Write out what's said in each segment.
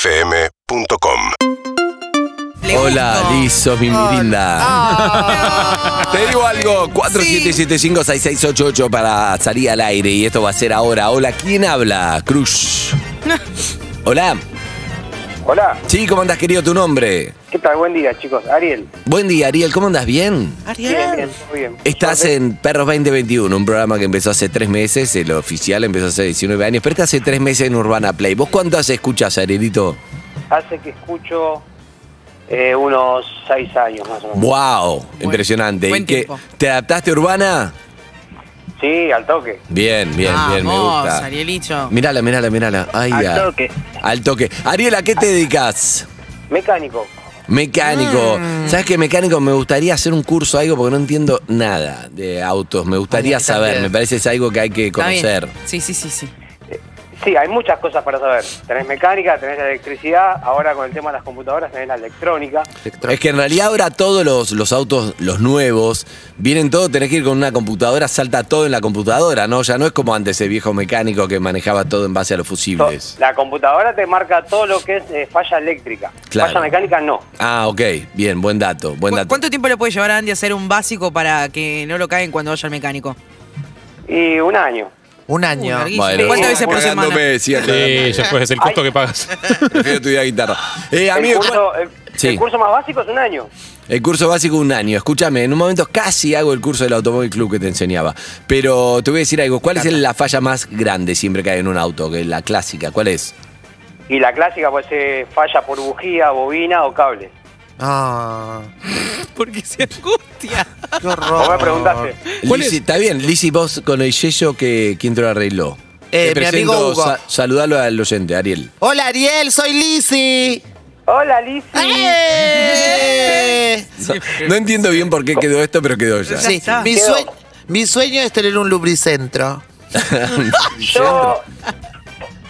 UrbanaPlayFM.com Le Hola, gusto. Liz, sos mi Ah. mirinda. Te digo algo, 47756688 para salir al aire y esto va a ser ahora. Hola, ¿quién habla? Cruz. Hola. Hola, Sí, ¿cómo andás, querido? Tu nombre. ¿qué tal? Buen día, chicos. Ariel. Buen día, Ariel, ¿cómo andás? ¿Bien? Ariel. Bien, bien, todo bien. Estás en Perros 2021, un programa que empezó hace tres meses, el oficial empezó hace 19 años, pero está hace tres meses en Urbana Play. ¿Vos cuánto hace escuchás, Arielito? Hace que escucho eh, unos seis años más o menos. ¡Wow! Impresionante. buen ¿Y qué? tiempo. ¿Te adaptaste a Urbana? Sí, al toque. Bien, bien, bien, me Vamos, gusta. Arielicho. Mirala, mirala, mirala. Ay, Al ay. toque. Al toque. Ariel, ¿a qué te dedicas? Mecánico. Mecánico. Mm. ¿Sabes qué mecánico? Me gustaría hacer un curso algo porque no entiendo nada de autos. Me gustaría Ay, saber. también. Me parece es algo que hay que Está bien. conocer. Sí, sí, sí, sí. Sí, hay muchas cosas para saber. Tenés mecánica, tenés la electricidad, ahora con el tema de las computadoras tenés la electrónica. Es que en realidad ahora todos los, los autos, los nuevos, vienen todos, tenés que ir con una computadora, salta todo en la computadora, ¿no? Ya no es como antes el viejo mecánico que manejaba todo en base a los To- fusibles. La computadora te marca todo lo que es eh, falla eléctrica. Claro. Falla mecánica no. Ah, ok. Bien, buen dato. Buen ¿Cu- dato. ¿Cuánto tiempo le puede llevar a Andy a hacer un básico para que no lo caguen cuando vaya al mecánico? Y un año. Un Uh, año. larguísimo. ¿Cuántas veces por semana? cagándome, sí, Sí, ya fue, es el costo que pagas. Prefiero estudiar guitarra. Eh, El, amigo, curso, el- Sí. el curso más básico es un año. el curso básico un año. Escúchame, en un momento casi hago el curso del Automóvil Club que te enseñaba. Pero te voy a decir algo. ¿Cuál es la falla más grande siempre que hay en un auto? Que es la clásica. ¿Cuál es? Y la clásica puede ser falla por bujía, bobina o cable. Ah, Porque se angustia. qué horror. Vos me preguntaste. ¿Cuál Lizzy, es? Está bien, Lizzy, vos con el yeyo que quién te lo arregló. Eh, Te mi amigo presento, Hugo. saludalo al oyente, Ariel. Hola Ariel, soy Lizzy. Hola, Lizzy. ¡Eh! No, no entiendo bien por qué quedó esto, pero quedó ya. Sí, está. mi, sue- mi sueño es tener un lubricentro. Yo.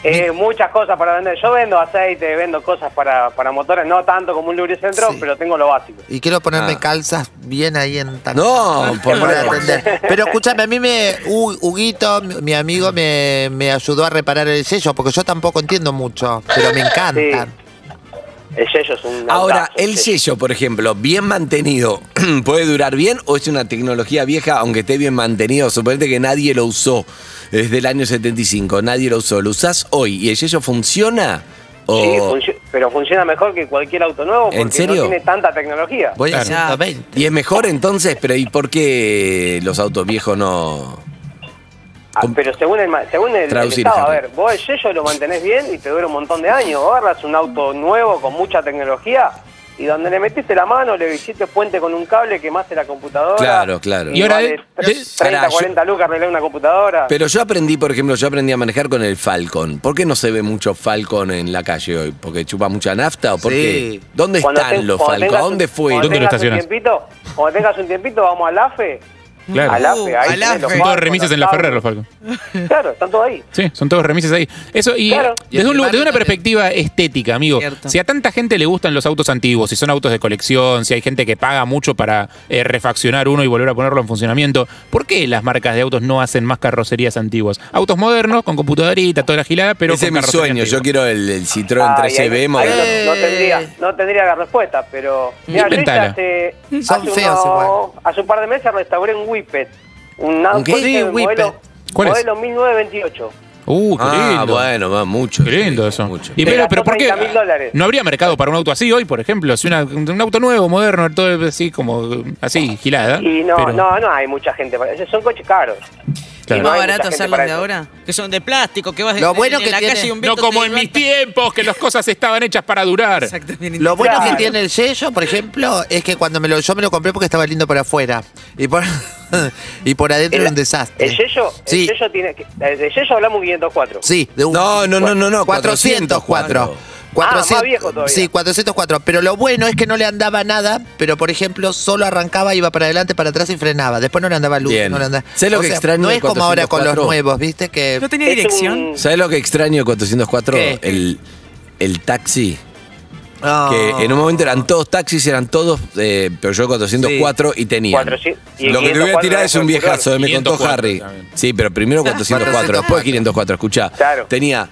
eh, muchas cosas para vender. Yo vendo aceite, vendo cosas para, para motores, no tanto como un lubricentro, Sí. pero tengo lo básico. Y quiero ponerme Ah. calzas bien ahí en tan- No, por Para favor. atender. Pero escúchame, a mí me. Hu- Huguito, mi mi amigo, me, me ayudó a reparar el sello, porque yo tampoco entiendo mucho, pero me encantan. El sello es un. Ahora, autazo, el sí. sello, por ejemplo, bien mantenido, ¿puede durar bien o es una tecnología vieja, aunque esté bien mantenido? Suponete que nadie lo usó desde el año 75, nadie lo usó. ¿Lo usás hoy y el sello funciona? O... Sí, funcio- pero funciona mejor que cualquier auto nuevo porque ¿En serio? no tiene tanta tecnología. Voy a Claro. 120. ¿Y es mejor entonces? Pero ¿y por qué los autos viejos no...? Ah, ¿Cómo? pero según el, ma- según el, el Traducir, estado, a Henry. ver, vos el sello lo mantenés bien y te dura un montón de años. Vos agarras un auto nuevo con mucha tecnología y donde le metiste la mano, le hiciste puente con un cable, quemaste la computadora. Claro, claro. Y Y ahora vale de- tre- de- 30, Pará, yo- 40 lucas arreglar una computadora. Pero yo aprendí, por ejemplo, yo aprendí a manejar con el Falcon. ¿Por qué no se ve mucho Falcon en la calle hoy? ¿Porque chupa mucha nafta o por Sí. qué? ¿Dónde Cuando están te- los cuando Falcon? ¿A tengas un- dónde cuando fueron? ¿Dónde lo tengas un estacionás? tiempito- Cuando tengas un tiempito, vamos al AFE. Claro. Al AFE, al ahí tenés AFE. los Son Son Uh, todos bancos, remises los en la cables. Ferrero, los Falcon. Claro, están todos ahí. Sí, son todos remises ahí. Eso, y Claro. eh, desde, un lu- Y el desde una barrio perspectiva estética, amigo. Cierto. Si a tanta gente le gustan los autos antiguos, si son autos de colección, si hay gente que paga mucho para eh, refaccionar uno y volver a ponerlo en funcionamiento, ¿por qué las marcas de autos no hacen más carrocerías antiguas? Autos modernos, con computadorita, toda la gilada, pero Ese es con mi carrocería sueño. antigua. Yo quiero el, el Citroën Ay, 13B ahí- moderno. ahí no, no Eh. tendría, no tendría la respuesta, pero. Mirá, yo Inventala. hace, Son hace feos unos- igual. hace un par de meses restauré un Whippet. Un ¿Un qué? auto Sí, Whippet. modelo, ¿Cuál es? modelo 1928. Uh, qué ah, lindo. bueno, va mucho. Qué lindo eso. Mucho. Y Te pero, gastó pero ¿por qué 30.000 dólares. no habría mercado para un auto así hoy, por ejemplo? Si una- un auto nuevo, moderno, todo así como así, gilada. Y no, Ah, pero- no, no hay mucha gente. para- esos Son coches caros. Claro. ¿Es No más hay barato mucha gente hacerlos para de eso. ahora? Que son de plástico, que vas de, Lo bueno en que la tiene- calle y un No viento como te en mis levanta. tiempos, que las cosas estaban hechas para durar. Exactamente. Lo bueno Claro. que tiene el sello, por ejemplo, es que cuando me lo, yo me lo compré porque estaba lindo por afuera. Y por, y por adentro El- era un desastre. El sello, Sí. el sello tiene. que- De sello hablamos un 504. Sí, de un. No, no, no, no, no, 404. 404. Ah, más viejo todavía. Sí, 404. Pero lo bueno es que no le andaba nada, pero por ejemplo, solo arrancaba, iba para adelante, para atrás y frenaba. Después no le andaba luz. Bien. No le andaba... ¿Sabés lo que extraño No del es como ahora con los 404? nuevos, ¿viste? Que. ¿No tenía Es dirección? un- ¿Sabes lo que extraño de 404? ¿Qué? El, el taxi. Ah. Que en un momento eran todos taxis, eran todos eh, Peugeot 404 y tenían. 400 y el Lo que te voy a 504 tirar es un era el viejazo, eh, me contó 504 Harry. también. Sí, pero primero 404, después 504, escuchá. Claro. Tenía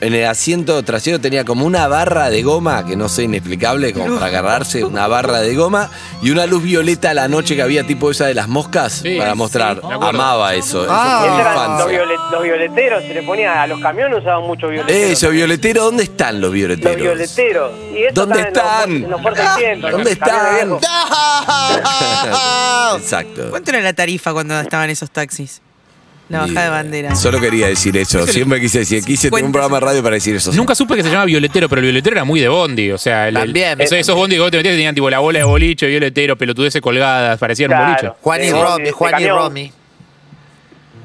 en el asiento trasero tenía como una barra de goma, que no sé, inexplicable, como para agarrarse, una barra de goma y una luz violeta a la noche que había tipo esa de las moscas Sí, para mostrar. sí, me acuerdo. Amaba eso. eso Ah. fue mi Esos eran los, infancia. violet- los violeteros, se le ponía a los camiones usaban mucho violetero. Eso, violetero, ¿dónde están los violeteros? Los violeteros. Y eso ¿Dónde estaba están? en los- en los puertos Ah, siempre, ¿Dónde en los camiones están? viejos. Exacto. ¿Cuánto era la tarifa cuando estaban esos taxis? La bajada Ni de idea. bandera. eh, Solo quería decir eso. Siempre quise decir, quise tener un programa de radio para decir eso. Nunca supe que se llamaba violetero, pero el violetero era muy de bondi. O sea, el- el- También. esos, esos bondi que vos te metías tenían tipo la bola de boliche, violetero, pelotudeces colgadas, parecían un boliche. Claro. Juan y De- Romy, de Juan y camión. Romy.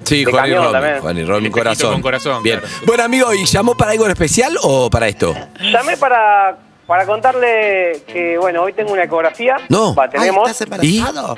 Sí, De Juan y camión Romy. también. Juan y Romy, El espejito corazón. con corazón, Bien. claro. Bueno, amigo, ¿y llamó para algo en especial o para esto? Llamé para, para contarle que, bueno, hoy tengo una ecografía. No. Va, tenemos. Ay, ¿Estás embarazado?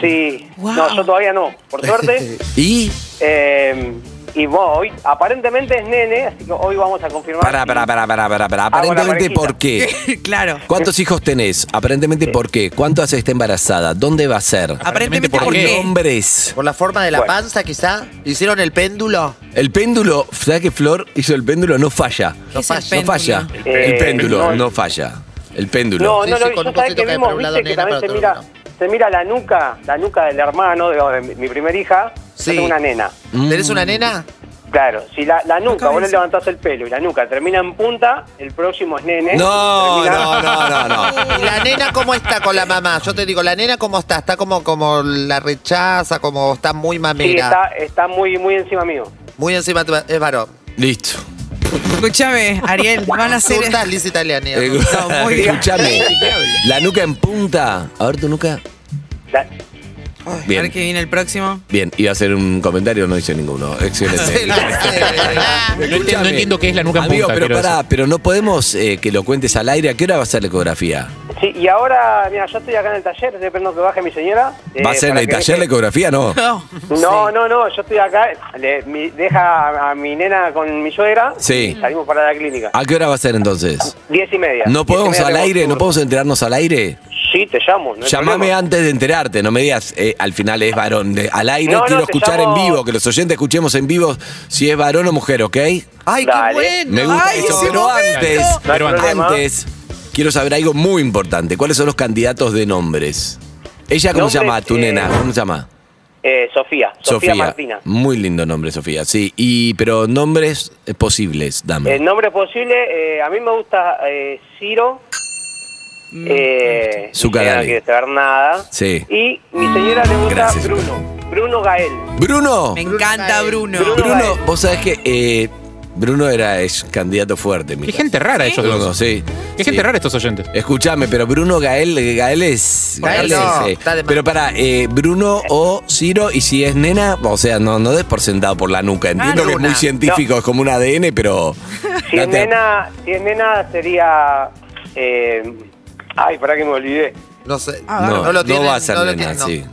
Sí. Wow. No, yo todavía no, por suerte. Y. Eh, y bueno, hoy aparentemente es nene, así que hoy vamos a confirmar. Para, si- para, para, para, para, para. Hago la Aparentemente, parejita. ¿por qué? claro. ¿Cuántos hijos tenés? Aparentemente, ¿por qué? ¿Cuánto hace está embarazada? ¿Dónde va a ser? Aparentemente, ¿por Ah, ¿por qué? qué? Hombres. ¿Por la forma de la Bueno. panza, quizá? ¿Hicieron el péndulo? El péndulo, ¿sabes que Flor hizo el péndulo? No falla. ¿Qué es el No falla. péndulo? El Eh, péndulo, no. no falla. El No, péndulo. Sí, no sí, lo vi. con Yo un sabía cosito que cae vimos, para un lado viste, que nena, también se para mira, otro se mira la nuca, la nuca del hermano, digo, de, mi, mi primera hija, Sí. es una nena. ¿Tenés Mm. una nena? Claro, si la, la nuca, vos le cabeza. levantás el pelo y la nuca termina en punta, el próximo es ¿eh? nene. No, Termina- no, no, no, no. ¿Y la nena cómo está con la mamá? Yo te digo, ¿la nena cómo está? ¿Está como, como la rechaza, como está muy Sí, mamera? está, está muy, muy encima mío. Muy encima, tu- es varón. Listo. Escúchame, Ariel, van a ser. Zurda, lisa italiana. No, muy bien. Escúchame. La nuca en punta. A ver tu nuca. La- Ay, A Bien. ver que viene el próximo. Bien, iba a hacer un comentario, no hice ninguno. Excelente. No entiendo- Escúchame. no entiendo qué es la nuca en Amigo, punta, pero quiero pará, pero no podemos eh, que lo cuentes al aire. ¿A qué hora va a ser la ecografía? sí, y ahora, mira, yo estoy acá en el taller, estoy esperando que baje mi señora. eh, ¿Va a ser en para el que taller la deje- ecografía? No. No. No, no, no, yo estoy acá, le- mi- deja a, a mi nena con mi suegra Sí. y salimos para la clínica. ¿A qué hora va a ser entonces? Diez y media. ¿No Diez y podemos media al tengo aire? ¿No turno. podemos enterarnos al aire? Sí, te llamo. no hay Llamame problema. antes de enterarte, no me digas, eh, al final es varón. De- al aire No, no, quiero te escuchar llamo- en vivo, que los oyentes escuchemos en vivo si es varón o mujer, ¿ok? ¡Ay, Dale. qué bueno! Me gusta Ay, eso, ese pero momento. antes, No hay Pero problema. antes, quiero saber algo muy importante. ¿Cuáles son los candidatos de nombres? ¿Ella cómo se Nombres, llama? ¿Tu eh, nena? ¿Cómo se llama? Eh, Sofía, Sofía, Martina. Muy lindo nombre, Sofía. Sí, y pero nombres eh, posibles, dame. El nombre posible, eh, a mí me gusta eh, Ciro. Eh, Zuccarelli. mi señora No quiere saber nada. Sí. Y mi señora le gusta Gracias, Bruno. Bruno Gael. Bruno. Me encanta Bruno. Bruno. Bruno, vos sabés que eh, Bruno era es candidato fuerte, mi Qué gente rara estos Bruno, dos. sí. Qué gente Sí. rara estos oyentes. Escuchame, pero Bruno Gael, Gael es. Gael Gael no, es, eh, está de más. pero para, Bruno o Ciro, y si es nena, o sea, no, no des por sentado por la nuca. Entiendo Ah, que es muy Luna. científico, es como un ADN, pero. Si no es te- nena, si es nena sería. eh, ay, para que me olvidé. No sé. Ah, No, lo no tienen, va a ser no lo nena, tienen, no. sí.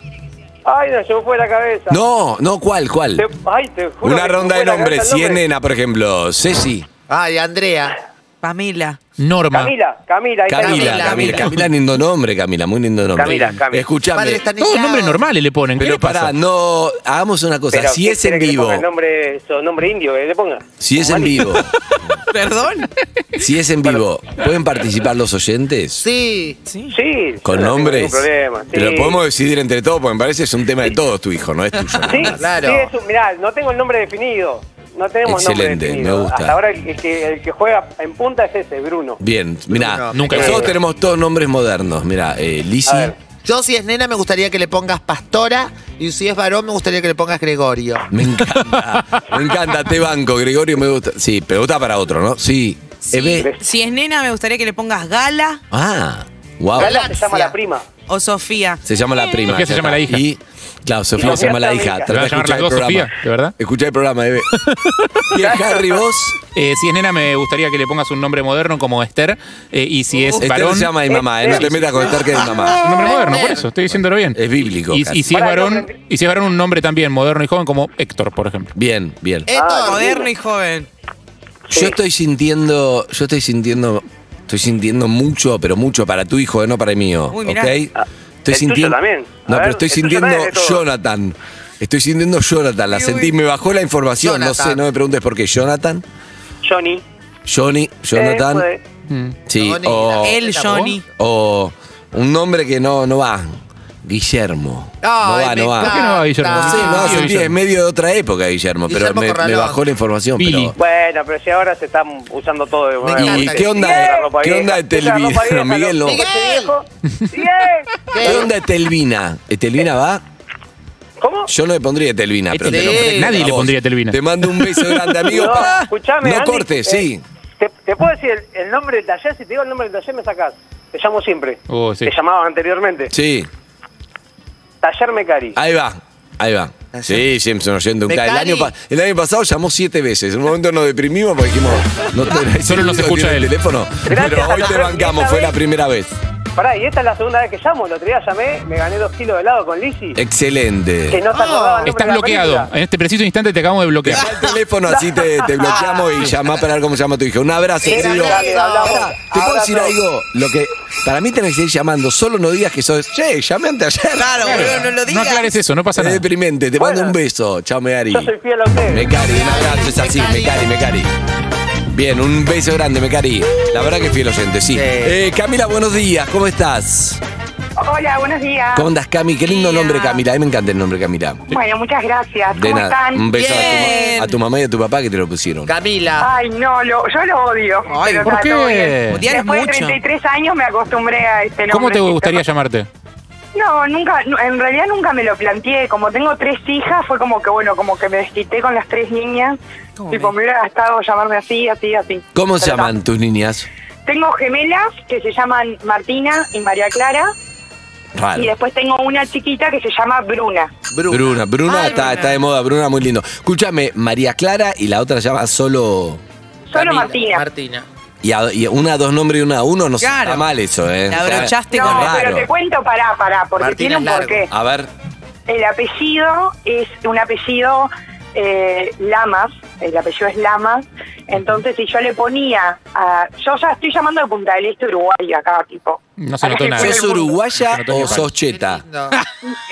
Ay, no, se me fue la cabeza. No, no, ¿cuál, Te- cuál? ay, te juro que Una se ronda me de fue la nombres. cabeza Si el es nombre. nena, por ejemplo, Ceci. Ay, Andrea. Pamela. Norma. Camila, Camila. ahí está Camila, Camila. Camila, Camila, lindo nombre, Camila, muy lindo nombre. Camila, Camila. Padre Escuchame, está Todos nombres normales le ponen. ¿Qué pero le pasa? pará, no, hagamos una cosa, Pero, si ¿qué es en quiere que le vivo, ponga el nombre, eso, nombre indio, que eh, le ponga. si es en vivo, ¿Perdón? si es en vivo, ¿pueden participar los oyentes? Sí. Sí. Sí. Con no tengo nombres. ningún problema. sí. Pero podemos decidir entre todos, porque me parece que es un tema de todos tu hijo, no es tuyo. nada Sí, más. Ah, Claro. sí, es un- mirá, no tengo el nombre definido. No tenemos Excelente, nombre definido. me gusta. Hasta ahora el, el que, el que juega en punta es ese, Bruno. Bien, mirá, No, nunca nosotros seguro. tenemos todos nombres modernos, mirá, eh, Lizzy, A ver. Yo, si es nena, me gustaría que le pongas Pastora. Y si es varón, me gustaría que le pongas Gregorio. Ah, me encanta, me encanta, te banco, Gregorio me gusta, sí, pero gusta para otro, ¿no? Sí, Eve, Si es nena, me gustaría que le pongas Gala ah, wow. Gala se Galaxia. llama la prima. o Sofía. Se llama la prima. Sofía se ya llama está. la hija. Y, claro, Sofía se Sofía llama la también. hija. ¿Le Trata van a de llamar escuchar el las dos programa. Sofía, de verdad? Escuchá el programa, bebé. Y es Harry, vos. Eh, si es nena, me gustaría que le pongas un nombre moderno como Esther. eh, y si es Esther varón. este se llama mi mamá, eh, no te metas con Esther que es mi Un mamá. nombre moderno, por eso, estoy diciéndolo bien. Es bíblico, Y, casi. y si es Pará, varón, no, y si es varón, un nombre también moderno y joven como Héctor, por ejemplo. Bien, bien. Héctor. Moderno y joven. Yo estoy sintiendo, yo estoy sintiendo, estoy sintiendo mucho, pero mucho para tu hijo, eh, no para el mío. Uy, mirá. ¿ok? Ah, Estoy el tuyo sintiendo. también. A No, ver, pero estoy el tuyo sintiendo también es de todo. Jonathan. Estoy sintiendo Jonathan, la Uy, sentí, uy. me bajó la información, no Jonathan. sé, no me preguntes por qué. Jonathan, Johnny. Johnny, Jonathan. Eh, sí, Johnny, o, la- El ¿La Johnny. o un nombre que no, no va. Guillermo. Ay, me no va, no va. encanta. ¿Por qué no va, Guillermo? No sé, no hace Guillermo. tiempo, es medio de otra época, Guillermo, pero Guillermo me, me Corralón. billy. bajó la información. Billy. Pero, Bueno, pero si ahora se está usando todo de Me ¿Y encanta. qué onda, de- La ropa qué vieja. onda de Usa la ropa Telvina? vieja, Miguel, no. los Miguel. coches viejos. ¡Bien! ¿Qué onda de Telvina? ¿Eh, ¿Telvina va? ¿Cómo? Yo no le pondría Telvina, pero Este te lo sí. ofrezco Nadie a le vos. pondría Telvina. Te mando un beso grande, amigo. No, Pará. escuchame, No Andy, cortes, eh, sí. Te, te puedo decir el, el nombre del taller, si te digo el nombre del taller me sacás. Te llamo siempre. Oh, sí. Te llamabas anteriormente. Sí, Ah. Taller Mecari. ahí va. Ahí va. Sí, Jameson oyendo un ca- el Becari. año, pa- el año pasado llamó siete veces. En un momento nos deprimimos porque dijimos, no te, Solo nos escucha el él. teléfono. Gracias Pero a hoy la te primera bancamos, fue la vez. primera vez. Pará, y esta es la segunda vez que llamo. El otro día llamé, me gané dos kilos de helado con Lizzy. Eh, Excelente. Que no se acordaba el nombre Estás de la Ah, bloqueado. Eh, película. En este preciso instante te acabamos de bloquear. Dejá el teléfono, así te, te bloqueamos y llamás para ver cómo se llama tu hijo. Un abrazo, Era querido. grande, hablamos. Pará, Te puedo Abrazo. decir algo, lo que para mí tenés que seguir llamando, solo no digas que sos, che, llamé antes ayer. Claro, boludo, no lo No digas. aclares eso, no pasa Es nada. deprimente, te mando Bueno. un beso. Chao, Megari. Yo soy fiel a ustedes. Mecari, un abrazo, es así, Mecari, Mecari. Mecari. Bien, un beso grande, Mecari. La verdad que fiel oyente, sí. Sí. Eh, Camila, buenos días, ¿cómo estás? Hola, buenos días. ¿Cómo andás, Cami? Qué lindo nombre, Camila. A mí me encanta el nombre, Camila. Bueno, muchas gracias. De ¿Cómo nada, están? un beso a tu ma- Bien. a tu mamá y a tu papá que te lo pusieron. Camila. Ay, no, lo- yo lo odio. Ay, pero ¿por está qué? todo bien. Odiar es Después de mucho. 33 años me acostumbré a este nombre. ¿Cómo te gustaría llamarte? No, nunca, no, en realidad nunca me lo planteé. Como tengo tres hijas, fue como que, bueno, como que me desquité con las tres niñas. ¿Cómo Tipo, me- me hubiera gastado llamarme así, así, así. ¿Cómo se Pero no. llaman tus niñas? Tengo gemelas que se llaman Martina y María Clara. Raro. Y después tengo una chiquita que se llama Bruna. Bruna. Bruna, está, está de moda, Bruna, muy lindo. Escúchame, María Clara y la otra se llama solo. Solo Camila, Martina. Martina. Y, a- y una, dos nombres y una, uno, no sé, Claro. está mal eso, ¿eh? La Está- abrochaste no, con pero te raro. Ah. cuento, pará, pará, porque Martina tiene un es largo. porqué. A ver, El apellido es un apellido eh, Lamas, el apellido es Lamas, entonces si yo le ponía a... Yo ya estoy llamando de Punta del Este Uruguay acá, tipo. No se notó Ahora nada. que ¿sos fue el mundo. uruguaya No tenía o sos cheta? Lindo.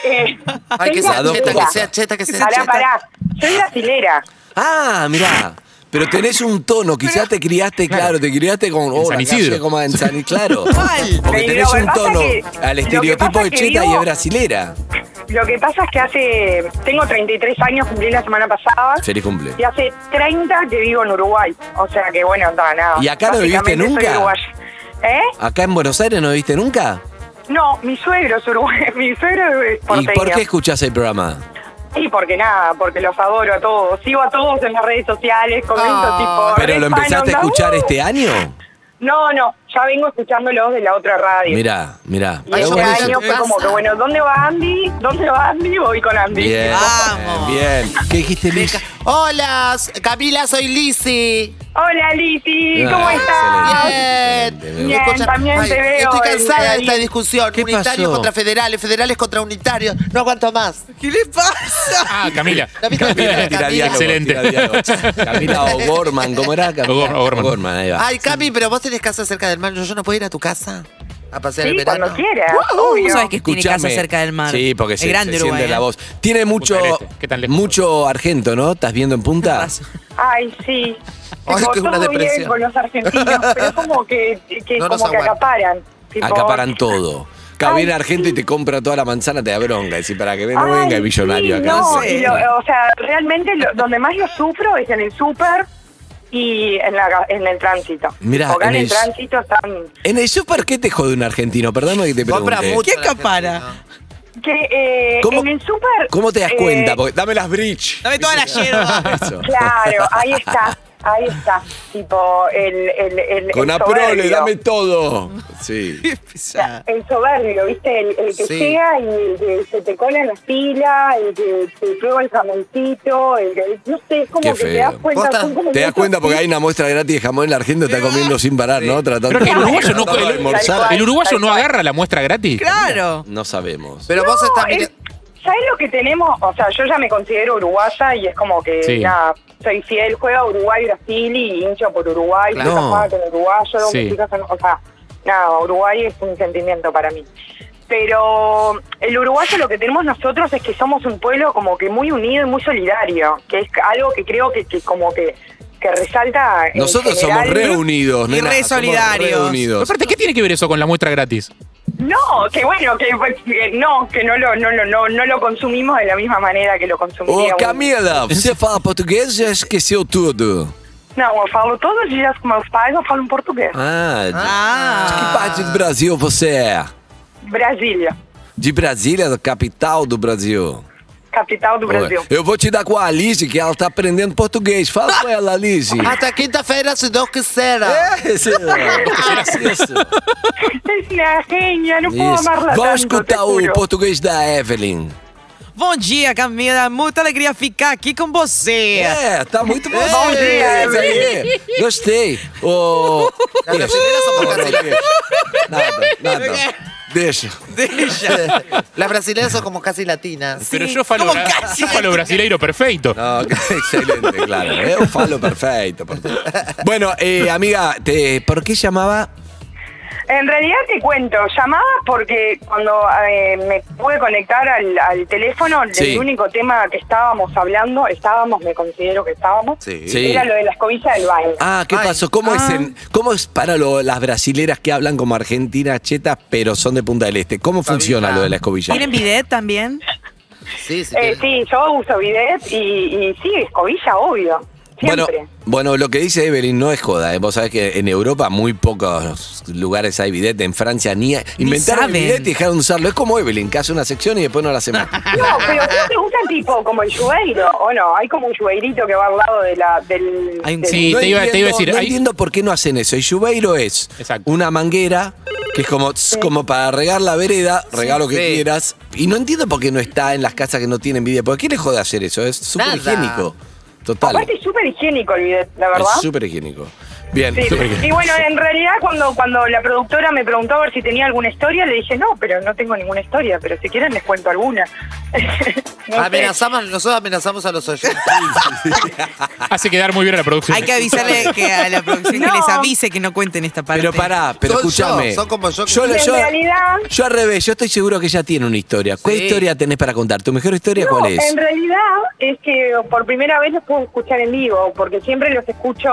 Eh, Ay, que soy sea dos cheta, que brasilera. cosas. sea cheta, que sea Pará, cheta. pará, soy brasilera. Ah, mirá. Pero tenés un tono, quizás te criaste, claro, te criaste con oh, San la Isidro. calle como en San claro. Mal. Porque Pero tenés lo que un pasa tono que- lo al que estereotipo pasa de que cheta y vivo- es brasilera. Lo que pasa es que hace... Tengo 33 años, cumplí la semana pasada. Feliz cumple. Y hace 30 que vivo en Uruguay. O sea que bueno, nada, nada. ¿Y acá no viviste Básicamente nunca? soy uruguaya. ¿Eh? ¿Acá en Buenos Aires no viste nunca? No, mi suegro es uruguayo, mi suegro es porteño. ¿Y por qué escuchás el programa? Sí, porque nada, porque los adoro a todos. Sigo a todos en las redes sociales, comento Ah, tipo... ¿Pero re lo fan, empezaste a onda, escuchar uh. este año? No, no, ya vengo escuchándolos de la otra radio. Mirá, mirá. Y Ay, este vos me año dijiste, fue como que, pasa. bueno, ¿dónde va Andy? ¿Dónde va Andy? Voy con Andy. Bien, Vamos. bien. ¿Qué dijiste, Liz? Hola, Camila, soy Lizzy. Hola, Lizzy, ¿cómo Ah, estás? Bien. Excelente, me Bien, Escucha- también te veo Estoy en- cansada de ahí. esta discusión. ¿Qué unitarios pasó? contra federales, federales contra unitarios. No aguanto más. ¿Qué le pasa? Ah, Camila. La misma Camila, Tira Camila. diálogo, Excelente. tira diálogo. Camila O'Gorman, ¿cómo era? O'Gor- Camila O'Gorman. ahí va. Ay, Cami, pero vos tenés casa cerca del mar. Yo, yo no puedo ir a tu casa a pasear el Sí, verano. cuando quieras, ¿Vos obvio. sabés que tiene casa Escuchame. cerca del mar? Sí, porque es se, grande se siente Uruguay, la ¿eh? voz. Tiene mucho, del Este, ¿qué tan lejos? mucho argento, ¿no? ¿Estás viendo en punta? Ay, sí. Ay, Tipo, qué una todo depresión. bien con los argentinos, pero como que, que, No nos como que aguanta. acaparan. Tipo, Acaparan todo. Acá Ay, viene Argento y sí. te compra toda la manzana, te da bronca. Decís, para que no Ay, venga el millonario sí, acá. no, Sí. y lo- o sea, realmente lo- donde más lo sufro es en el súper y en, la, en el tránsito. Mirá, Porque en en el el- tránsito están... En el súper, ¿qué te jode un argentino? Perdóname que te pregunte. Compra mucho. ¿Qué la acapara? Argentina. Que, eh, ¿Cómo- en el súper... ¿Cómo te das eh, cuenta? Porque dame las bridge. Dame toda la hierba. Eso. Claro, ahí está, ahí está. Tipo, el... el, el Con el aprole, soberbio. dame todo. Sí. Qué pesada. El soberbio, ¿viste? El, el que Sí. llega y el que se te cola en la fila, el que te prueba el jamoncito, el que... No sé, es como Qué que te feo. das cuenta... Vos estás- son como Te das muchos cuenta porque hay una muestra gratis de jamón en la Argentina, está comiendo sin parar, ¿no? Tratando Pero que el uruguayo no, tratando de el, almorzar. el uruguayo no agarra la muestra gratis. Claro. No sabemos. Pero vos estás No, es- mirando. ¿Sabes lo que tenemos? O sea, yo ya me considero uruguaya y es como que, Sí. nada, soy fiel, juego a Uruguay, Brasil y hincho por Uruguay, Claro. soy casada con uruguayo, Sí. mis hijas son- o sea, nada, Uruguay es un sentimiento para mí. Pero el uruguayo lo que tenemos nosotros es que somos un pueblo como que muy unido y muy solidario, que es algo que creo que, que como que, que que resalta. en Nosotros somos general- reunidos, Y re solidarios. Reunidos. Aparte, ¿qué tiene que ver eso con la muestra gratis? No, que bueno, que, pues, que no, que no lo, no, lo- no, no lo consumimos de la misma manera que lo consumiria. Ô un- Oh, Camila, você fala português já esqueceu tudo? Não, eu falo todos os dias com meus pais, eu falo em português. Ah, de- de que Ah. parte do Brasil você é? Brasília, De Brasília, da capital do Brasil. capital do Brasil. é. Eu vou te dar com a Alice, que ela tá aprendendo português. Fala com ela, Alice. Ah, Hasta quinta-feira, se Dios quisiera. É, isso. Isso. É minha rainha, não puedo amarla Isso. Vamos tanto, te escutar o juro. português da Evelyn. Bom dia, Camila. Muita alegria ficar aqui com você. É, tá muito bom. É, Bom dia, Evelyn. Gostei. Ô, Las brasileras son Não, como casi- Nada, nada. Deixa. Deixa. ¿Eh? Las brasileras son como casi latinas. Pero yo falo, como bra- casi. yo falo brasileiro perfecto. No, excelente, claro. Es un falo perfecto. por favor. Bueno, eh, amiga, te- ¿por qué llamaba? En realidad te cuento, llamaba porque cuando eh, me pude conectar al, al teléfono, Sí. el único tema que estábamos hablando, estábamos, me considero que estábamos, Sí. Sí. era lo de la escobilla del baño. Ah, ¿qué Ay. pasó? ¿Cómo, es en- cómo es para lo- las brasileras que hablan como argentinas chetas, pero son de Punta del Este? ¿Cómo funciona lo de la escobilla? ¿Tienen bidet también? Sí, sí. Eh, sí, yo uso bidet y, y sí, escobilla, obvio. Bueno, Siempre. bueno, lo que dice Evelyn no es joda. ¿eh? Vos sabés que en Europa muy pocos lugares hay bidet. En Francia ni, inventaron el saben. bidet y dejaron de usarlo. Es como Evelyn, que hace una sección y después no la hace más. No, pero ah. ¿no te usan tipo como el yueiro o no? Hay como un yueirito que va al lado de la, del... Hay un- del- Sí, No te, iba, te iba a entiendo- decir. No hay- entiendo por qué no hacen eso. El Yubeiro es Exacto. una manguera que es como, tss, como para regar la vereda, regar lo que Sí. quieras. Y no entiendo por qué no está en las casas que no tienen bidet. ¿Por qué le jode hacer eso? Es súper Nada. higiénico. Total. Aparte es súper higiénico el bidet, la verdad. Es súper higiénico. Bien. Sí. Súper higiénico. Y bueno, en realidad cuando cuando la productora me preguntó a ver si tenía alguna historia, le dije, no, pero no tengo ninguna historia, pero si quieren les cuento alguna. No Ah, sé. Amenazamos, nosotros amenazamos a los oyentes. Hace quedar muy bien a la producción. Hay que avisarle que a la producción No. que les avise que no cuenten esta parte. Pero pará, pero Son escúchame. yo, son como yo que- Yo, lo- Y en yo- realidad- yo al revés, yo estoy seguro que ya tiene una historia. ¿Cuál Sí. historia tenés para contar? ¿Tu mejor historia No, cuál es? En realidad es que por primera vez los puedo escuchar en vivo, porque siempre los escucho,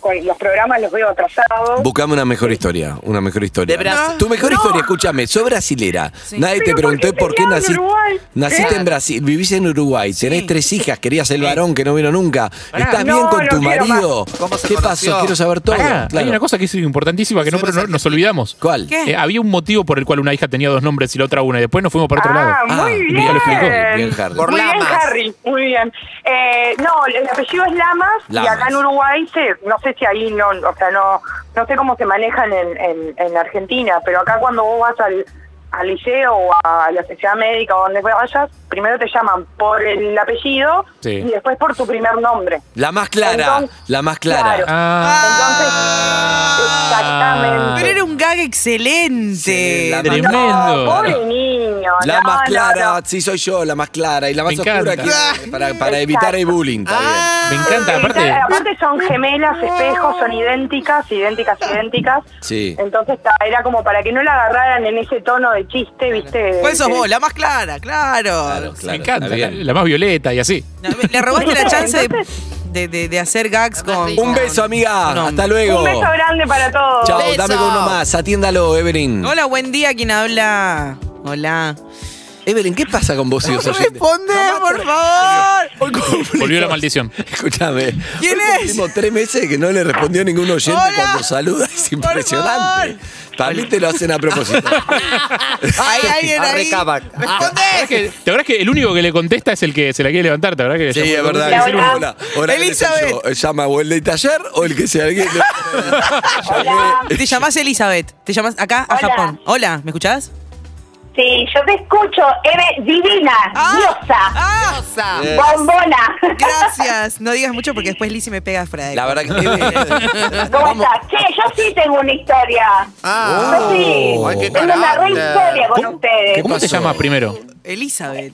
con los programas los veo atrasados. Buscame una mejor historia, una mejor historia. De Brasil. Tu mejor No. historia, escúchame, soy brasilera. Nadie te Pero preguntó por ¿por qué qué te naci- quedas en Uruguay? naciste ¿Eh? en Brasil, vivís en Uruguay, tenés tres hijas, querías el varón que no vino nunca. ¿Estás No, bien con no tu quiero marido? más. ¿Cómo se ¿Qué conoció? pasó? Quiero saber todo. Pará, Hay Claro. una cosa que es importantísima que no, pero no- nos olvidamos. ¿Cuál? ¿Qué? Eh, había un motivo por el cual una hija tenía dos nombres y la otra una, y después nos fuimos para otro Ah, lado. muy bien. ya lo explicó. Bien, Harry. Por muy bien, Lamas. Harry, muy bien. Eh, no, el apellido es Lamas, Lamas. y acá en Uruguay, se- no sé si ahí, no, o sea, no, no sé cómo se manejan en, en- en Argentina, pero acá cuando vos vas al, al liceo o a la sociedad médica o donde vayas, primero te llaman por el apellido Sí. y después por tu primer nombre. La más clara, Entonces- la más clara. Claro. Ah, Entonces, exactamente. Ah, Pero era un gag excelente. Sí, la- tremendo. No, pobre niño. La no, más no, clara, no. sí soy yo, la más clara. Y la más Me oscura encanta. que- para, para evitar el bullying. está bien. Ah. Me encanta, Aparte, aparte. son gemelas, espejos, son idénticas, idénticas, idénticas. Sí. Entonces ta, era como para que no la agarraran en ese tono de chiste, ¿viste? Pues sos Que- vos, la más clara, claro. Claro, claro, Me está encanta, la, bien. la más violeta y así. No, Le robaste la chance de, de- de- de hacer gags con. Un beso, amiga. No. Hasta luego. Un beso grande para todos. Chao, Beso. dame con uno más. Atiéndalo, Evelyn. Hola, buen día, quien habla. Hola. Evelyn, ¿qué pasa con vos y los oyentes? Responde, por favor. Hoy cumplimos- Volvió la maldición. Escúchame. ¿Quién hoy es? cumplimos tres meses que no le respondió ningún oyente Hola. cuando saluda. Es Por impresionante. También te lo hacen a propósito. Hay alguien Arre, ahí. Kavak. Ah. La verdad Responde. que- la verdad es que el único que le contesta es el que se la quiere levantar, la verdad que Sí, ya- es verdad. Hola, que hola. Hola, hola, ¿qué sé Elizabeth. yo? Llama o el de taller o el que sea. el que- Hola. Te llamás Elizabeth. Te llamás acá a Hola. Japón. Hola, ¿me escuchás? Sí, yo te escucho, Eve, divina, diosa, ¡Ah! bombona. Gracias. No digas mucho porque después Lizzy me pega Fred. La verdad que Evelyn. ¿Cómo estás? Che, yo sí tengo una historia. Ah. yo sí. Oh. Ay, qué tengo una re carácter. historia con qué ustedes. ¿Cómo se pasó? llama primero? Elizabeth.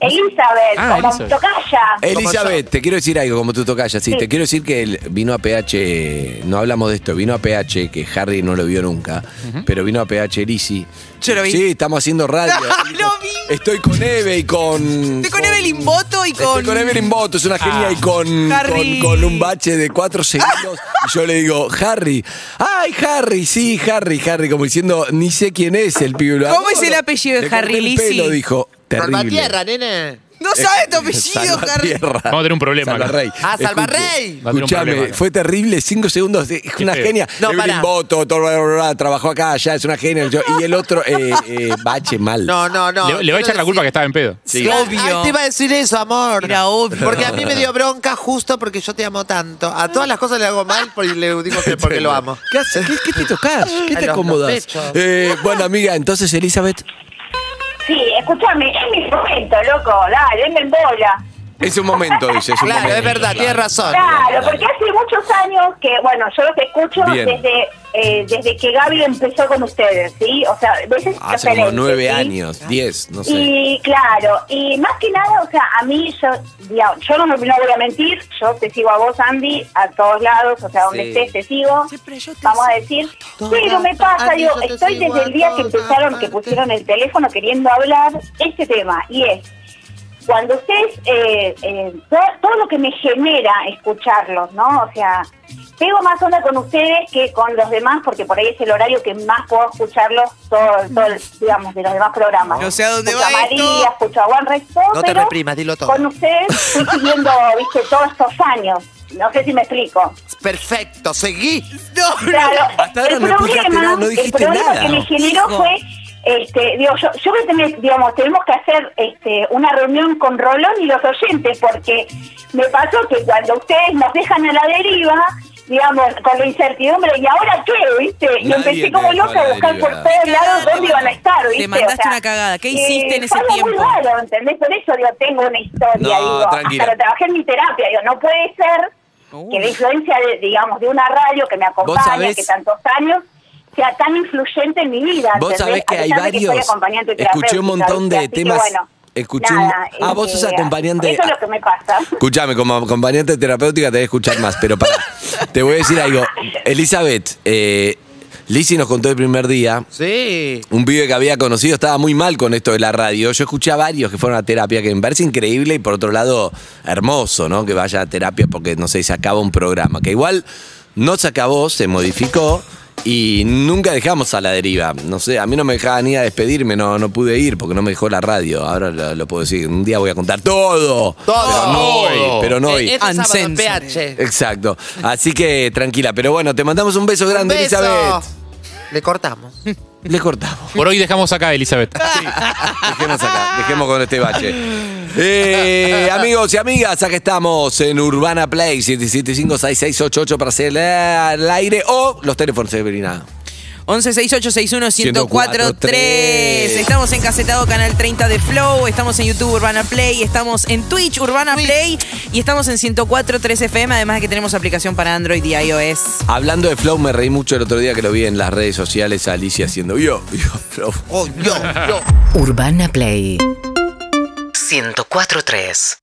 Elizabeth, Ah, como Elizabeth. tocaya. Eh. Elizabeth, te quiero decir algo como tú tocayas. Sí, Sí. te quiero decir que él vino a PH, no hablamos de esto, vino a PH, que Harry no lo vio nunca, pero vino a PH Lizzy. Yo lo vi. Sí, estamos haciendo radio. ¡Lo vi! Estoy con Eve y con. Estoy con Evelyn Boto y Estoy con. Ah, con Evelyn Boto, es una genia, y con, Harry. con, con un bache de cuatro segundos. Y yo le digo, Harry, ay, Harry, sí, Harry, Harry, como diciendo, ni sé quién es el pibe. Lo ¿Cómo adoro. es el apellido de Le corté Harry el Lisi? pelo, dijo, terrible. Salvatierra, nene. No sabes tu apellido, Harry. Salvatierra. Vamos a tener un problema acá. Salvarrey. Ah, Escuche, Salvarrey. Va a tener un problema Escuchame, acá. fue terrible, cinco segundos, de- es una feo. genia. No, Evelyn pará. Boto, todo, bla, bla, bla, trabajó acá, allá, es una genia. Yo- y el otro, eh, eh, bache mal. No, no, no. le, le va a echar la culpa que estaba en pedo. Sí. Claro, Obvio. ay, te iba a decir eso, amor. Era obvio. Porque a mí me dio bronca justo porque yo te amo tanto. A todas las cosas le hago mal y le digo que porque lo amo. ¿Qué, haces? ¿Qué, qué te tocas? ¿Qué te A los- los acomodas? pechos. Eh, bueno, amiga, entonces, Elizabeth, Sí, escúchame, es mi momento, loco. Dale, denme en bola. es un momento, dice. Es un Claro, momento. es verdad, tienes razón. Claro, porque hace muchos años que, bueno, yo los escucho Bien. desde eh, desde que Gaby empezó con ustedes, ¿sí? O sea, veces Hace como referentes, nueve ¿sí? años, diez, no sé. Y claro, y más que nada, o sea, a mí, yo, digamos, yo no, me- no voy a mentir, yo te sigo a vos, Andy, a todos lados, o sea, donde Sí. estés te sigo, Siempre yo te vamos a sigo decir, todas pero me pasa, partes, digo, yo te estoy sigo desde a el día que todas empezaron, que partes. pusieron el teléfono queriendo hablar este tema, y es, cuando ustedes, eh, eh, todo, todo lo que me genera escucharlos, ¿no? O sea, pego más onda con ustedes que con los demás, porque por ahí es el horario que más puedo escucharlos, todo, todo, Mm. digamos, de los demás programas. No sé a dónde Escucho va a María, esto. escucho a Juan Resto, No te pero reprimas, dilo todo. Con ustedes fui siguiendo, viste, todos estos años. No sé si me explico. Perfecto, seguí. No, no. Claro, Hasta ahora el no problema, explicaste nada, no el dijiste problema nada. que me generó Hijo. fue, este, digo, yo, yo voy a tener, digamos, tenemos que hacer este, una reunión con Rolón y los oyentes, porque me pasó que cuando ustedes nos dejan a la deriva, digamos, con la incertidumbre, ¿y ahora qué, viste? Y Nadie empecé te como dejó a loca a la buscar deriva. por todos lados Claro. dónde iban a estar, Te viste. eh, mandaste una cagada. ¿Qué hiciste en ese fue algo tiempo? muy raro, ¿entendés? Por eso, digo, tengo una historia, No, digo, tranquila. hasta lo trabajé en mi terapia, digo, no puede ser que la Uf. influencia, de, digamos, de una radio que me acompaña, sabés- que tantos años, sea tan influyente en mi vida. Vos ¿entendés? sabés que A hay pesar de soy varios. acompañante Escuché un terapéutica, montón de ¿viste? Así que, temas. bueno, Escuché un- nada, Ah, vos sos este, acompañante- Eso es lo que me pasa. Escuchame, como acompañante terapéutica te voy a escuchar más, pero para, te voy a decir algo. Elizabeth, eh, Lizzy nos contó el primer día Sí. un pibe que había conocido estaba muy mal con esto de la radio. Yo escuché a varios que fueron a terapia, que me parece increíble y por otro lado hermoso, ¿no? Que vaya a terapia porque, no sé, se acaba un programa. Que igual no se acabó, se modificó y nunca dejamos a la deriva. No sé, a mí no me dejaba ni a despedirme, no, no pude ir porque no me dejó la radio. Ahora lo, lo puedo decir, un día voy a contar todo. Pero no hoy, pero no hoy. Eh, este sábado en Uncensored. PH. Exacto. Así que tranquila, pero bueno, te mandamos un beso grande, Un beso. Elizabeth. Le cortamos. Le cortamos. Por hoy dejamos acá, Elizabeth. Dejemos acá, dejemos con este bache. Eh, amigos y amigas, acá estamos en Urbana Play 775-6688 para hacer al aire o los teléfonos de Evelina. 11 68 61 104 1043. Estamos en Casetado Canal 30 de Flow, estamos en YouTube Urbana Play, estamos en Twitch Urbana Play y estamos en 104.3 FM, además de que tenemos aplicación para Android y iOS. Hablando de Flow, me reí mucho el otro día que lo vi en las redes sociales a Alicia haciendo yo, yo, Flow. Oh, yo, yo. Urbana Play 1043